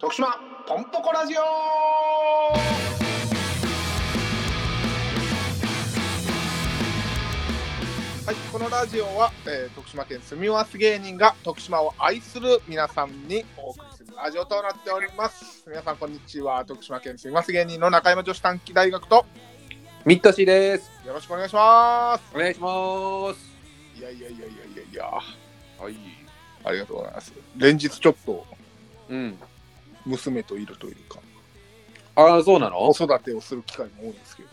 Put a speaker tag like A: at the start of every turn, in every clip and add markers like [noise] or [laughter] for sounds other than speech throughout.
A: 徳島ポンポコラジオはい、このラジオは、えー徳島県住みます芸人が徳島を愛する皆さんにお送りするラジオとなっております。皆さんこんにちは。徳島県住みます芸人の中山女子短期大学と
B: ミッドシーです。
A: よろしくお願いしま
B: お願いします。
A: す。いやいやいやいやいやいや、
B: はい。
A: ありがとうございます。連日ちょっと
B: うん。
A: 娘といるというか、
B: ああ、そうなの
A: 子育てをする機会も多いんですけど、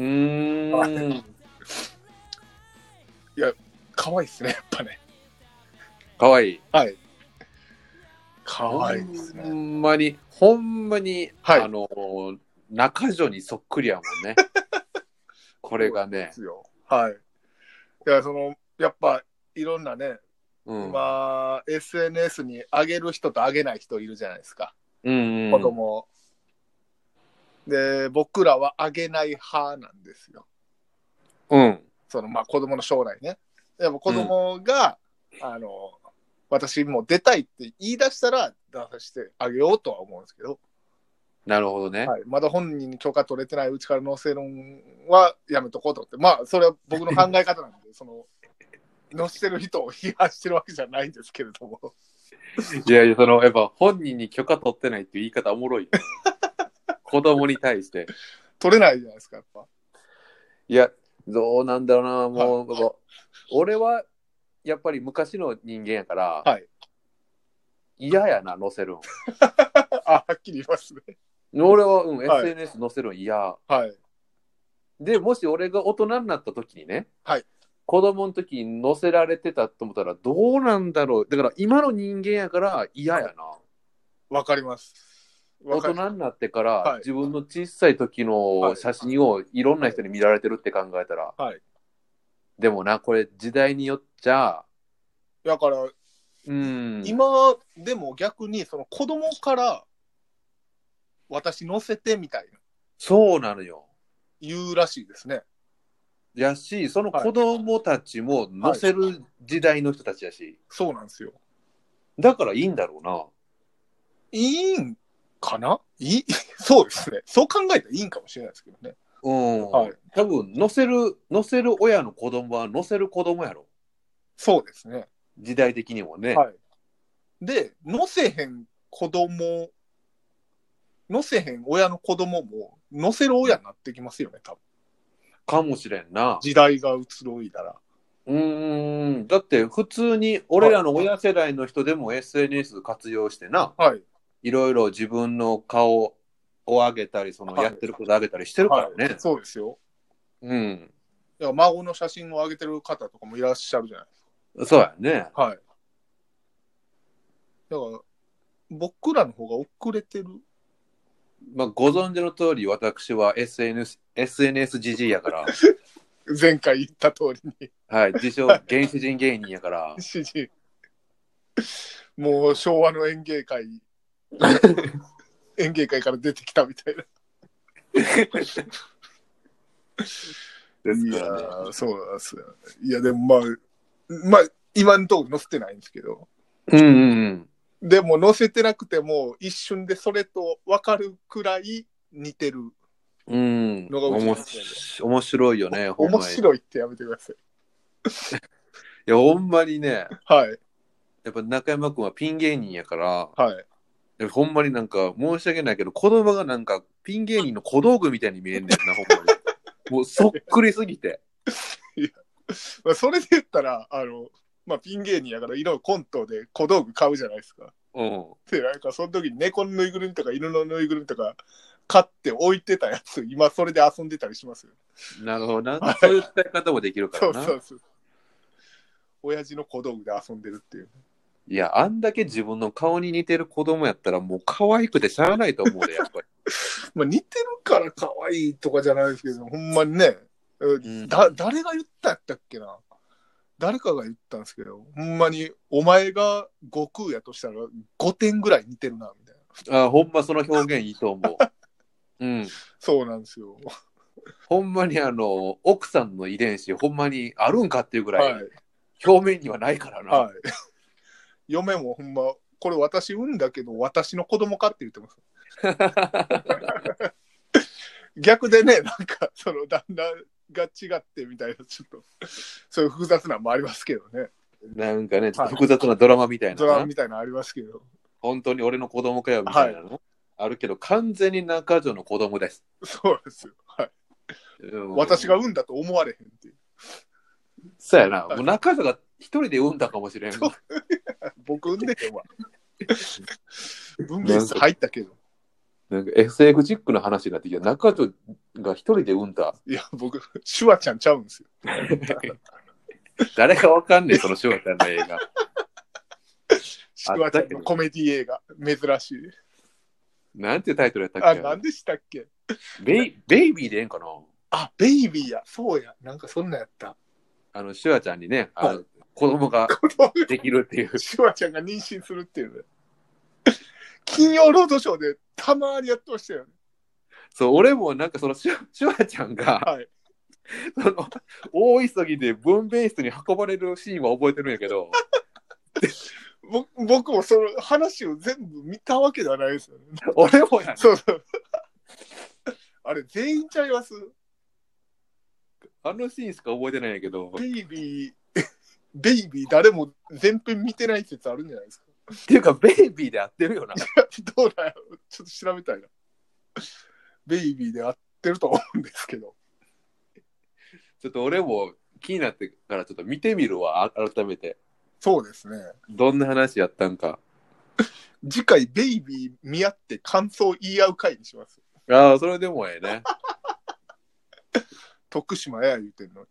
B: うーん。
A: 可愛いですね、やっぱね。
B: かわいい。
A: はい。可愛いです
B: ほ
A: ね。
B: んまに、ほんまに、
A: はい
B: あのー、中女にそっくりやも [laughs] んね。これがね
A: で。すよ。はい。いや、その、やっぱ、いろんなね、
B: うん。
A: まあ、SNS に上げる人と上げない人いるじゃないですか、
B: うん、う
A: 子
B: ん。
A: 供をで、僕らは上げない派なんですよ。
B: うん。
A: その、まあ、子供の将来ね。でも子供が、あの、私もう出たいって言い出したら出させてあげようとは思うんですけど、
B: なるほどね。
A: はい、まだ本人に許可取れてないうちからの正論はやめとこうと思って、まあ、それは僕の考え方なんで、その、乗してる人を批判してるわけじゃないんですけれども。
B: いやいや、その、やっぱ本人に許可取ってないっていう言い方おもろい [laughs] よね。子供に対して。
A: 取れないじゃないですか、やっぱ。
B: いや、どうなんだろうな、もう、もう俺はやっぱり昔の人間やから、
A: はい
B: 嫌やな、載せるん。
A: あ、はっきり言いますね。
B: 俺は、うん、
A: はい
B: SNS 載せるん嫌。
A: はい。
B: で、もし俺が大人になった時にね、
A: はい
B: 子供の時に載せられてたと思ったら、どうなんだろう。だから今の人間やから嫌やな。
A: わかります。
B: 大
A: わかり
B: 人になってか
A: はい
B: ら自分の小さい時の写真をいろんな人に見られてるって考えたら、
A: はい
B: でもなこれ時代によっちゃ
A: だから、
B: うん
A: 今でも逆に、その子供から、私乗せてみたいな、
B: そうなのよ。
A: 言うらしいですね。
B: やし、その
A: はい
B: 子供たちも乗せる時代の人たちやし、
A: そうなんですよ。
B: だからいいんだろうな。
A: いいんかないい [laughs] そうですね。そう考えたらいいんかもしれないですけどね。
B: うん。
A: はい
B: 多分乗せる、乗せる親の子供は乗せる子供やろ。
A: そうですね。
B: 時代的にもね。
A: はい。で、乗せへん子供、乗せへん親の子供も、乗せる親になってきますよね、多分。
B: かもしれんな。
A: 時代が移ろいだら。
B: うーん。だって普通に俺らの親世代の人でも SNS 活用してな、
A: はい。
B: いろいろ自分の顔を上げたり、その
A: はい
B: やってること上げたりしてるからね。
A: はいそうですよ。
B: うん。
A: いや孫の写真を上げてる方とかもいらっしゃるじゃないです
B: そうやね。
A: か。はい。だから、僕らの方が遅れてる。
B: まあ、ご存知の通り、私は SNS、SNS じじいや [laughs] から、
A: 前回言った通りに、
B: はい、自称原始人芸人やから、
A: 指示。もう昭和の演芸 [laughs] 会、演芸会から出てきたみたいな。
B: ですからね。
A: いやそうなんですよ。いや、でもまあ、まあ、今のところ載せてないんですけど、
B: うんうんうん。
A: でも載せてなくても、一瞬でそれと分かるくらい似てる。
B: うん、
A: のがうちの
B: 面白面白いよね、ほんま
A: 面
B: に。い
A: 白いってやめてください。
B: や、ほんまにね、
A: はい、
B: やっぱ中山くんはピン芸人やから、
A: はい。
B: やっぱほんまになんか申し訳ないけど、子供がなんかピン芸人の小道具みたいに見えんねんな、ほんまに。 [laughs] もうそっくりすぎて。
A: まあ、それで言ったら、あの、まあ、ピン芸人やから、いろいろコントで小道具買うじゃないですか。
B: うん。
A: で、なんか、その時に猫のぬいぐるみとか、犬のぬいぐるみとか、買って置いてたやつ、今、それで遊んでたりしますよ。
B: なるほどな。そういう使い方もできるか
A: そ
B: ら
A: う
B: な。
A: そうそう。親父の小道具で遊んでるっていう。
B: いや、あんだけ自分の顔に似てる子供やったら、もう可愛くてしゃあないと思うで、やっぱり。
A: [laughs] まあ、似てるから可愛いとかじゃないですけど、ほんまにね、
B: ん
A: だ誰が言ったやったっけな。誰かが言ったんですけど、ほんまに、お前が悟空やとしたら、5点ぐらい似てるな、みたいな。
B: あほんまその表現いいと思う。 [laughs] うん。
A: そうなんですよ。
B: ほんまにあの、奥さんの遺伝子、ほんまにあるんかっていうぐら
A: はい
B: い、。表面にはないからな。
A: はい。嫁もほんまこれ私産んだけど、私の子供かって言ってます。逆でね、なんか、その、だんだんが違ってみたいな、ちょっと、そういう複雑なのもありますけどね。
B: [laughs] なんかね、ちょっと複雑なドラマみたいな
A: ド
B: な、
A: ラマみたいなのありますけど。
B: 本当に俺の子供かよみたいなの、あるけど、完全に中条の子供です。
A: そうですよ。はい。
B: うん
A: 私が産んだと思われへんっていう。
B: そうやな。もう中条が一人で産んだかもしれん。
A: そう僕産んでては。分娩室入ったけど。
B: なんか SF チックの話になってきた。中条が一人で産んだ。
A: いや、僕、シュワちゃんちゃうんですよ。
B: [laughs] 誰がわかんねえ、その翔ちゃんの映画。
A: シュワちゃんのコメディ映画。珍しい。
B: なんてタイトルやった
A: あ、
B: っけ
A: なんでしたっけ
B: ベイベイビーでええんかな
A: あ、ベイビーや。そうや。なんかそんなんやった。
B: あの、シュワちゃんにね、あ
A: は
B: の子供ができるっていう。 [laughs]
A: シュワちゃんが妊娠するっていうね。金曜ロードショーでたまにやってましたよね。
B: そう、俺もなんかそのシュシュワちゃんが、
A: はい。
B: その、大急ぎで分娩室に運ばれるシーンは覚えてるんやけど、 [laughs]
A: ぼ僕もその話を全部見たわけではないですよね。
B: 俺もやん。
A: そうそう。あれ、全員ちゃいます
B: あのシーンしか覚えてないんやけど、っ
A: ベイビー、 [laughs] ベイビー誰も全編見てない説あるんじゃないですか
B: ていうか、ベイビーで合ってるよな。
A: どうだよ。ちょっと調べたいな。ベイビーで合ってると思うんですけど。
B: ちょっと俺も気になってからちょっと見てみるわ、あ改めて。
A: そうですね。
B: どんな話やったんか。
A: 次回、ベイビー見合って感想言い合う回にします。
B: ああ、それでもええね。
A: 徳島や言うてんの [laughs] に。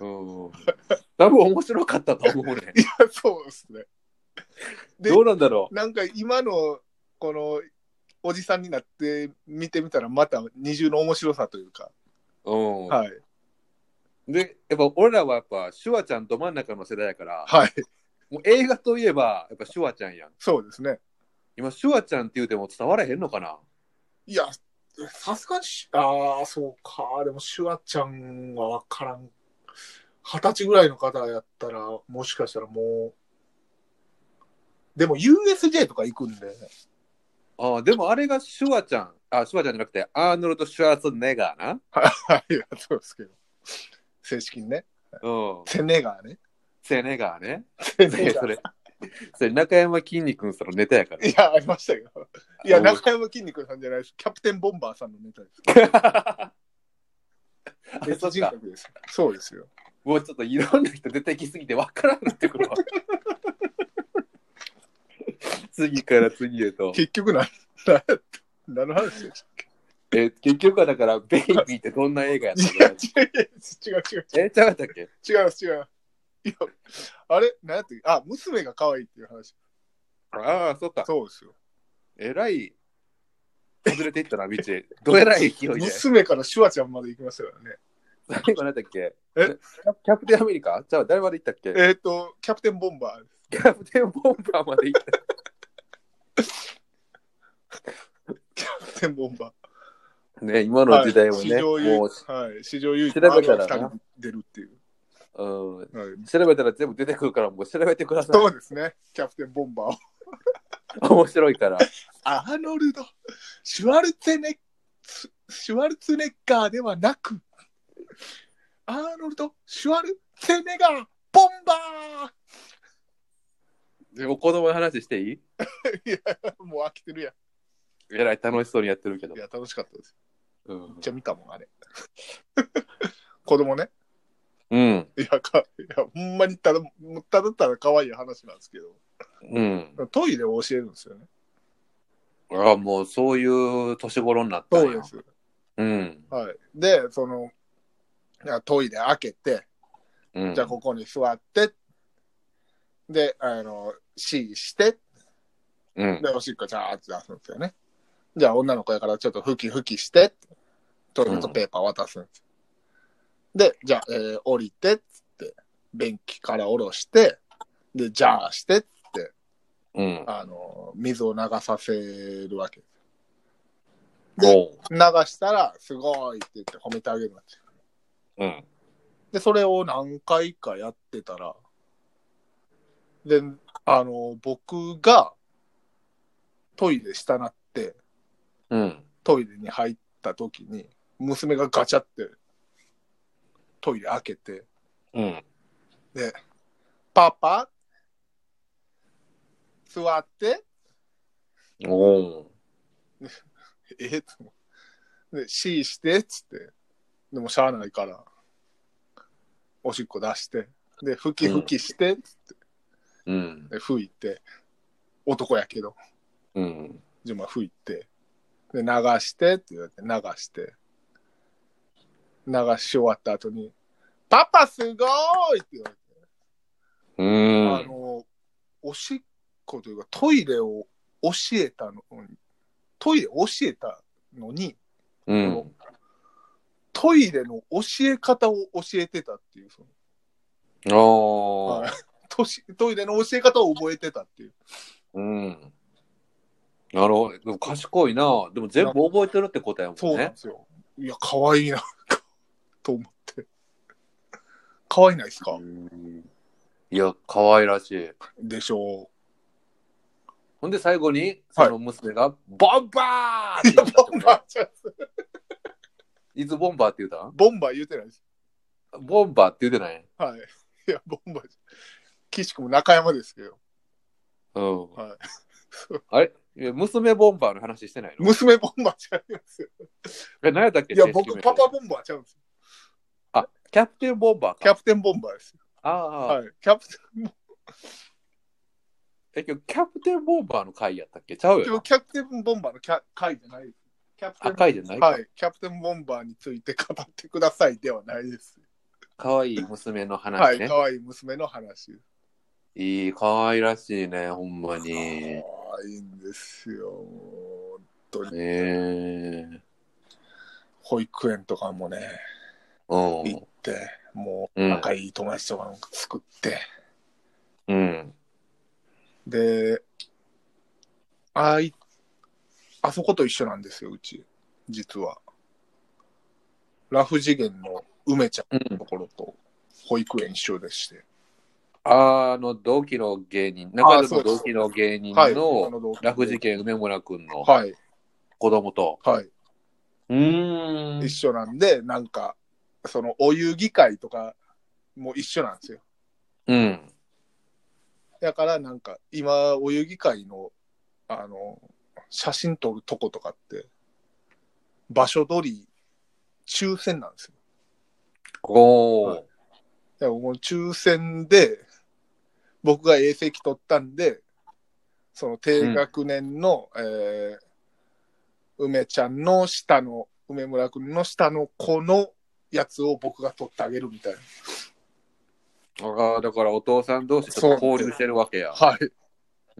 B: うん。多分面白かったと思う [laughs] ね。
A: いや、そうですね。で
B: ど、うなんだろう。
A: なんか今の、この、おじさんになって見てみたら、また二重の面白さというか。
B: うん
A: はい。
B: で、やっぱ俺らはやっぱ、シュワちゃんど真ん中の世代やから、
A: はい。
B: もう映画といえば、やっぱシュワちゃんやん。
A: そうですね。
B: 今、シュワちゃんって言うても伝わらへんのかない
A: や、さすがにし、ああ、そうか。でも、シュワちゃんはわからん。二十歳ぐらいの方やったら、もしかしたらもう、でも USJ とか行くんで、ね、
B: ああ、でもあれがシュワちゃん。あ、シュワちゃんじゃなくて、アーノルド・シュワーツェネッガーな。
A: はい、いやそうですけど。正式にね。
B: うん。
A: セネガーね。
B: セネガーね。
A: セ
B: そ [laughs] れ、それ、それ中山きんに君そのネタやから。
A: いや、ありましたけど。いや、
B: あの
A: 中山筋肉さんじゃないです。キャプテンボンバーさんのネタです。
B: そっ
A: 別人
B: か
A: 格です。そうですよ。
B: もうちょっといろんな人出てきすぎて分からなってく [laughs] るわ。次から次へと。
A: 結局な、何やった何の話でし
B: え結局はだ [laughs] から、ベイビーってどんな映画やった
A: たいや
B: [laughs] の
A: 違う違う違う違う。
B: え、ちゃうやったっけ
A: 違う違う。いや、あれ何やってあ、娘が可愛いっていう話。
B: ああ、そっか。
A: そうですよ。
B: えらい、外れていったな、道。 [laughs] どえらい勢いで。
A: 娘からシュワちゃんまで行きましたからね。
B: 最後なんだっけ
A: え
B: キャプテンアメリカじゃあ、誰まで行ったっけ
A: えっ、と、キャプテンボンバー。
B: キャプテンボンバーまで行った。
A: キャプテンボンバ
B: ね、今
A: ー。
B: の時 [laughs] 代も
A: は
B: ね、
A: い、史上唯
B: もう
A: 一。はい、史上唯一
B: 調べたらな
A: あの二人出るっていう。
B: うん、
A: はい、
B: 調べたら全部出てくるから、もう調べてくだ [laughs] さい。
A: そうですね。キャプテンボンバーを。
B: 面白いから。
A: アーノルド、シュワルツェネッ、シュワルツェネッガーではなく、アーノルド、シュワルツェネガー、ボンバ
B: でも子供の話していい
A: ー [laughs] いや、もう飽きてるや
B: えらい楽しそうにやってるけど
A: ん。い。や、楽しかったです。
B: うん
A: めっちゃ見たもん、あれ。 [laughs] 子供ね。
B: うん。
A: いや、かいやほんまにただ、ただただ可愛い話なんですけ
B: うん。
A: ど、トイレを教えるんですよね。
B: ああ、もうそういう年頃になったんや。
A: そうです。
B: うん。
A: はい。で、その、いやトイレ開けて、
B: うん。
A: じゃあここに座って、で、あの、C して、
B: うん。
A: で、おしっこちゃーって出すんですよね。じゃあ女の子やからちょっとふきふきして、トイレットペーパー渡すんです。で、じゃあ、えー降りて、つって、便器から下ろして、で、じゃあして、
B: うん。
A: あの、水を流させるわけ。
B: おう。
A: 流したら、すごいって言って褒めてあげるわけ。
B: うん。
A: で、それを何回かやってたら、で、あの、僕がトイレしたなって、
B: うん。
A: トイレに入った時に、娘がガチャって、トイレ開けて、
B: うん。
A: パパ座って
B: おお。
A: えっつってで、シーしてっつって。でもしゃあないから、おしっこ出して、で、ふきふきして、
B: うん。
A: で、拭いて、男やけど、
B: うん。
A: 自分は拭いて、で、流してって言われて、流して、流し終わった後に、パパすごいって言われて、
B: う
A: あ
B: ん。
A: の、おしっこというか、トイレを教えたのに、トイレ教えたのに、
B: うん。
A: トイレの教え方を教えてたっていう、その
B: お
A: は
B: ー
A: いトシトイレの教え方を覚えてたっていう。
B: うん。なるほど。でも賢いな。でも全部覚えてるってことや
A: そ
B: も
A: うんなん
B: ね
A: で。すよ。いや、可愛いな、と思って。可愛いないですか、
B: うんいや、可愛らしい。
A: でしょ
B: ほんで最後に、その娘が、ボンバーって言ったって
A: う。ボン
B: こと
A: バー、
B: いつボンバーって言う
A: ボンバー言うてないです。
B: たんボンバーって言うてない
A: はい。いや、ボンバー。岸君も中山ですけど。
B: うん。
A: はい
B: あれいや娘ボンバーの話してないの
A: 娘ボンバーちゃいますよ。
B: え、何やったっけ
A: いや、
B: 正式
A: 僕、
B: 名
A: パ
B: 称
A: パボンバーちゃうんですよ。
B: キャプテンボンバー
A: キャ
B: か。
A: プテンボンバーですよ。
B: ああ、
A: はい。キャプテンボン
B: え、今日キャプテンボンバーの回やったっけちゃう
A: バー、
B: よ。
A: キャプテンボンバーのキャ回じゃないです。キャプテン
B: あ、回じゃない
A: はい、キャプテンボンバーについて語ってくださいではないです。
B: 可愛い娘の
A: は
B: 話
A: い、
B: ね。
A: 可愛い娘の話。
B: いい、可愛らしいね、ほんまに。ね
A: 可愛いんですよ。もう本当に
B: え。
A: 保育園とかもね、
B: うん
A: 行って、もう
B: うん
A: 仲いい友達とかも作って、
B: うん。
A: で、あい、あそこと一緒なんですよ、うち、実は。ラフ次元の梅ちゃん
B: う
A: の。
B: ん
A: ところと保育園一緒でして。
B: あの、同期の芸人、中で
A: そうで
B: も
A: す
B: 同期の芸人
A: はい、あ
B: の
A: の同期
B: ラフ事件梅村くんの
A: はい、
B: 子供と。
A: はい。
B: うーん
A: 一。緒なんで、なんか、そのお遊戯会とかも一緒なんですよ。
B: うん。
A: だから、なんか、今、お遊戯会の、あの、写真撮るとことかって、場所取り、抽選なんですよ。
B: おー
A: はいだからもう抽選で、僕が A 席取ったんで、その低学年の、えー梅ちゃんの下の、梅村くんの下の子のやつを僕が取ってあげるみたいな。
B: ああ、だからお父さん同士ちょっと交流してるわけや。
A: はい。
B: う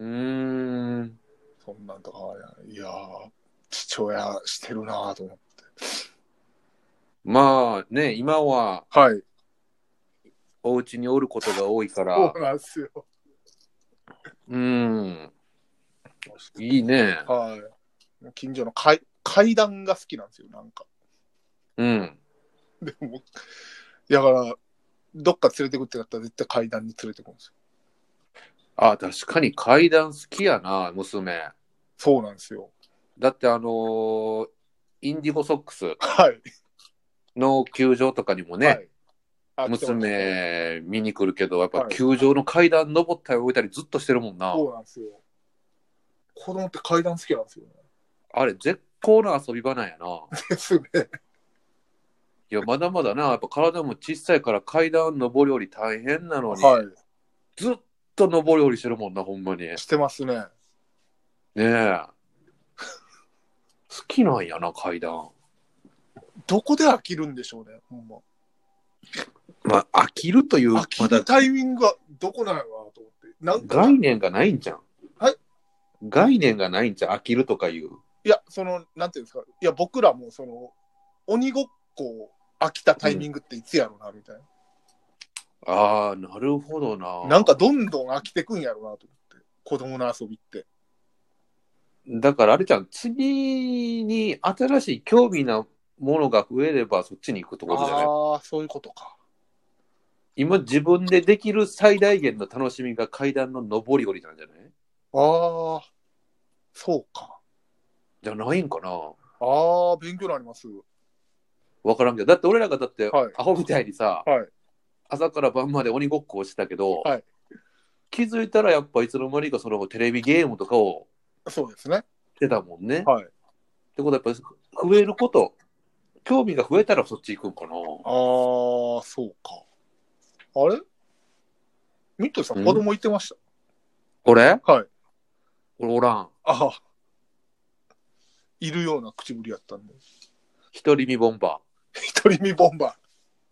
B: ーん。
A: そんなんとかね、いやー、父親してるなーと思って。
B: まあね、今は
A: はい。
B: お家におることが多いか
A: そ
B: ら
A: う、なんですよ。
B: うーん。いいね。
A: はい。近所の階階段が好きなんですよ、なんか。
B: うん。
A: でも、だから、どっか連れてくってなったら絶対階段に連れてくんですよ。
B: あ確かに階段好きやな、娘。
A: そうなんですよ。
B: だってあのーインディゴソックス
A: はい。
B: の球場とかにもね、
A: はいあ来て
B: 娘見に来るけど、やっぱ
A: はい
B: 球場の階段登ったり降りたりずっとしてるもん
A: ます
B: な。
A: そうなんですよ。子供って階段好きなんですよね。
B: あれ、絶好な遊び場なんやな。
A: ですね。
B: いや、まだまだな、やっぱ体も小さいから階段登り降り大変なのに、
A: は
B: ずっと登り降りしてるもんな、ほんまに。ね
A: い。してますね。
B: え。好きなんやな、階段。
A: どこで飽きるんでしょうね、ほんま。
B: まあ、飽きるという、ま
A: 飽き
B: だ
A: るタイミングはどこなんやろうなと思って。なんか
B: 概念がないんじゃん。
A: はい
B: 概念がないんじゃん、飽きるとかいう。
A: いや、その、なんていうんですか、いや、僕らも、その、鬼ごっこ飽きたタイミングっていつやろうな、みたいな、
B: ああ、なるほどな。
A: なんかどんどん飽きてくんやろうなと思って、子供の遊びって。
B: だからあれじゃん、次に新しい興味なものが増えればそっちに行くってことじゃない
A: ああ、そういうことか。
B: 今自分でできる最大限の楽しみが階段の上り下りなんじゃない
A: ああ、そうか。
B: じゃないんかな
A: ああ、勉強になります。
B: わからんけどだって俺らがだって、
A: はい
B: アホみたいにさ、
A: はい
B: 朝から晩まで鬼ごっこをしてたけど、
A: はい
B: 気づいたらやっぱいつの間にかそのテレビゲームとかを
A: そうですね。
B: してたもんね。
A: はい
B: ってことはやっぱり増えること興味が増えたらそっち行くんかな
A: ああ、そうか。あれミッドさ
B: うん
A: ん、子供いてまし
B: 俺
A: た。はい。
B: 俺おらん。
A: ああ。いるような口ぶりやったんで。
B: 一人身ボンバ
A: 一人身ボンバ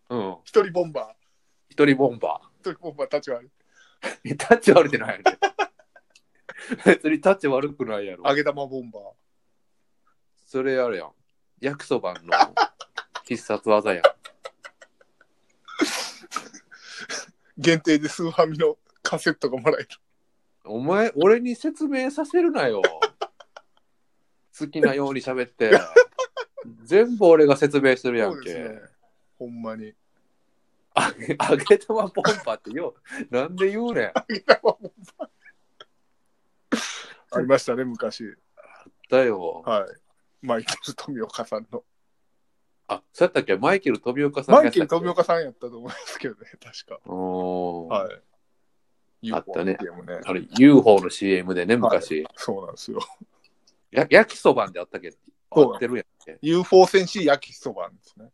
A: ー。
B: ー。うん。
A: 一人ボンバ
B: 一人ボンバ
A: ー。一人ボンバーたちは
B: ー。えタッチ悪くないや
A: [laughs]
B: ろ別にタッチ悪くないやろ。
A: 揚げ玉ボンバー。
B: それやるやん。焼きそばの必殺技やん。
A: 限定でスーファミのカセットがもらえる。
B: お前、俺に説明させるなよ。好きなように喋
A: [laughs]
B: って。全部俺が説明するやんけ。
A: ね。ほんまに。
B: あげ揚げ玉ボンバーってよう、なんで言うねん。
A: 揚げ玉ボンバー。ありましたね、昔。
B: だよ。
A: はい。マイケル富岡さんの。
B: あ、そうやったっけマイケル富岡さん
A: マ
B: がや
A: イ
B: って
A: ケ
B: たっ
A: ル
B: け
A: 富岡さんやったと思いますけどね、確
B: おー
A: か。はい。
B: あったね
A: UFO ゲームね
B: あれ、UFO の CM でね、昔。
A: そうなんですよ。
B: や焼きそばんであったっけ
A: そう
B: 合ってるやんけ。
A: UFO 戦士焼きそばなんですね。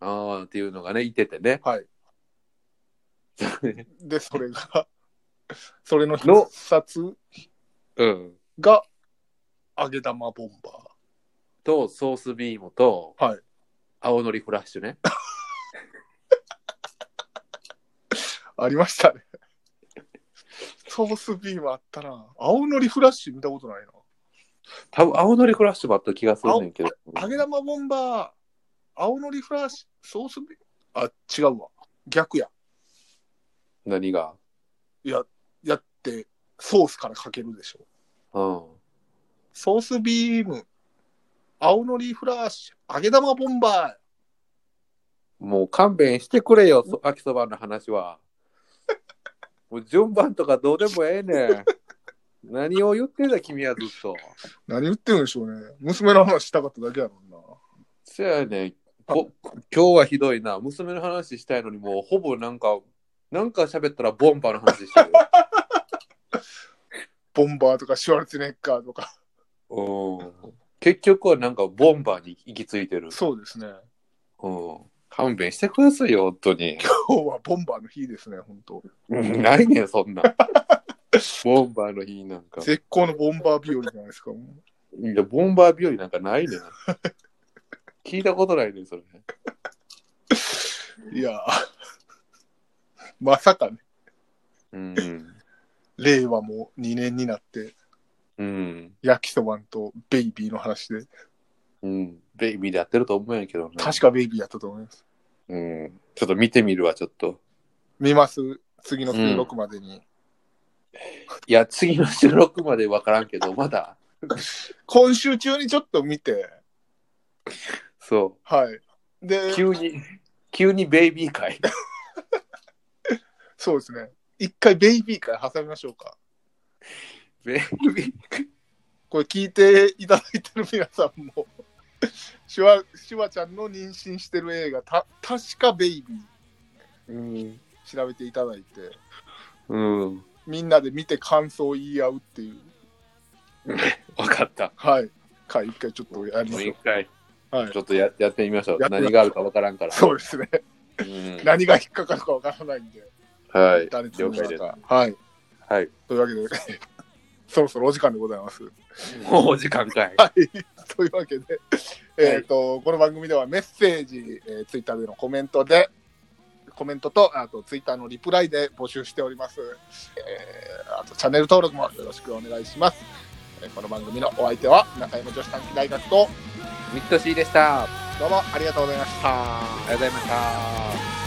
B: ああ、っていうのがね、いててね。
A: はい。で、それが、 [laughs] それの必
B: の
A: 殺
B: うん。
A: が、揚げ玉ボンバー。
B: と、ソースビームと、
A: はい
B: 青のりフラッシュね。
A: ありましたね。 [laughs] ソースビームあったな。青のりフラッシュ見たことないな。
B: 多分青のりフラッシュもあった気がするねんけど。
A: 揚げ玉ボンバー、青のりフラッシュ、ソースビーム。あ、違うわ。逆や。
B: 何が。
A: やって、ソースからかけるでしょ。
B: うん。
A: ソースビーム、青のりフラッシュ、揚げ玉ボンバ
B: もう勘弁してくれよ、そ秋そばの話は。もう順番とかどうでもええねん。何を言ってんだ、君はずっと。
A: ー。何言ってるんでしょうね。娘の話したかっただけやろうな。
B: そやねん。こ今日はひどいな。娘の話したいのに、もうほぼなんか、なんか喋ったらボンバーの話してる。
A: ボンバーとかシュワルツェネッカーとか。
B: [laughs] うん。結局はなんかボンバーに行き着いてる。
A: そうですね。
B: うん。勘弁してくださいよ、本当に。 [laughs]
A: 今日はボンバーの日ですね、本当。
B: うんないねん、そ [laughs] んな。ボンバーの日なんか。
A: 絶好のボンバー日和じゃないですか。もう
B: いや、ボンバー日和なんかないねん。聞いたことないねん、それ。
A: いやー、まさかね、
B: うん。
A: 令和も2年になって、
B: うん。
A: 焼きそばんとベイビーの話で、
B: うん。ベイビーでやってると思うんやけどね。
A: 確かベイビーやったと思います。
B: うん。ちょっと見てみるわ、ちょっと。
A: 見ます次の収録までに。
B: いや、次の収録までわからんけど、まだ。
A: 今週中にちょっと見て、
B: そ
A: はい。
B: う。
A: で、
B: 急に、急にベイビー会。
A: そうですね。一回ベイビーから挟みましょうか。
B: ベイビー会。
A: これ聞いていただいてる皆さんも、 [laughs] シュワ、シュワちゃんの妊娠してる映画、た、確かベイビ
B: うん。
A: ー調べていただいて、
B: うん。
A: みんなで見て感想を言い合うっていう。
B: わかった。
A: はい。か一回ちょっとやり
B: も
A: ま
B: う
A: しょ
B: 一回、
A: う。はい
B: ち。ょっとややってみましょう
A: や。ってみましょう
B: 何があるかわからんから。
A: そうですね。
B: うん。
A: 何が引っかかるかわからないんで。
B: はい。
A: 誰に
B: 了解です。
A: はい。 [laughs]
B: はい。
A: というわけで、そろそろお時間でございます。
B: もうお時間かい。
A: はい。というわけで、えっ、と、この番組ではメッセージ、えー、ツイッターでのコメントで、コメントと、あとツイッターのリプライで募集しております。えーあとチャンネル登録もよろしくお願いします。えーこの番組のお相手は、中山女子短期大学と、
B: ミッドシーでした。あ
A: どうもありがとうございました。
B: りがとうございました。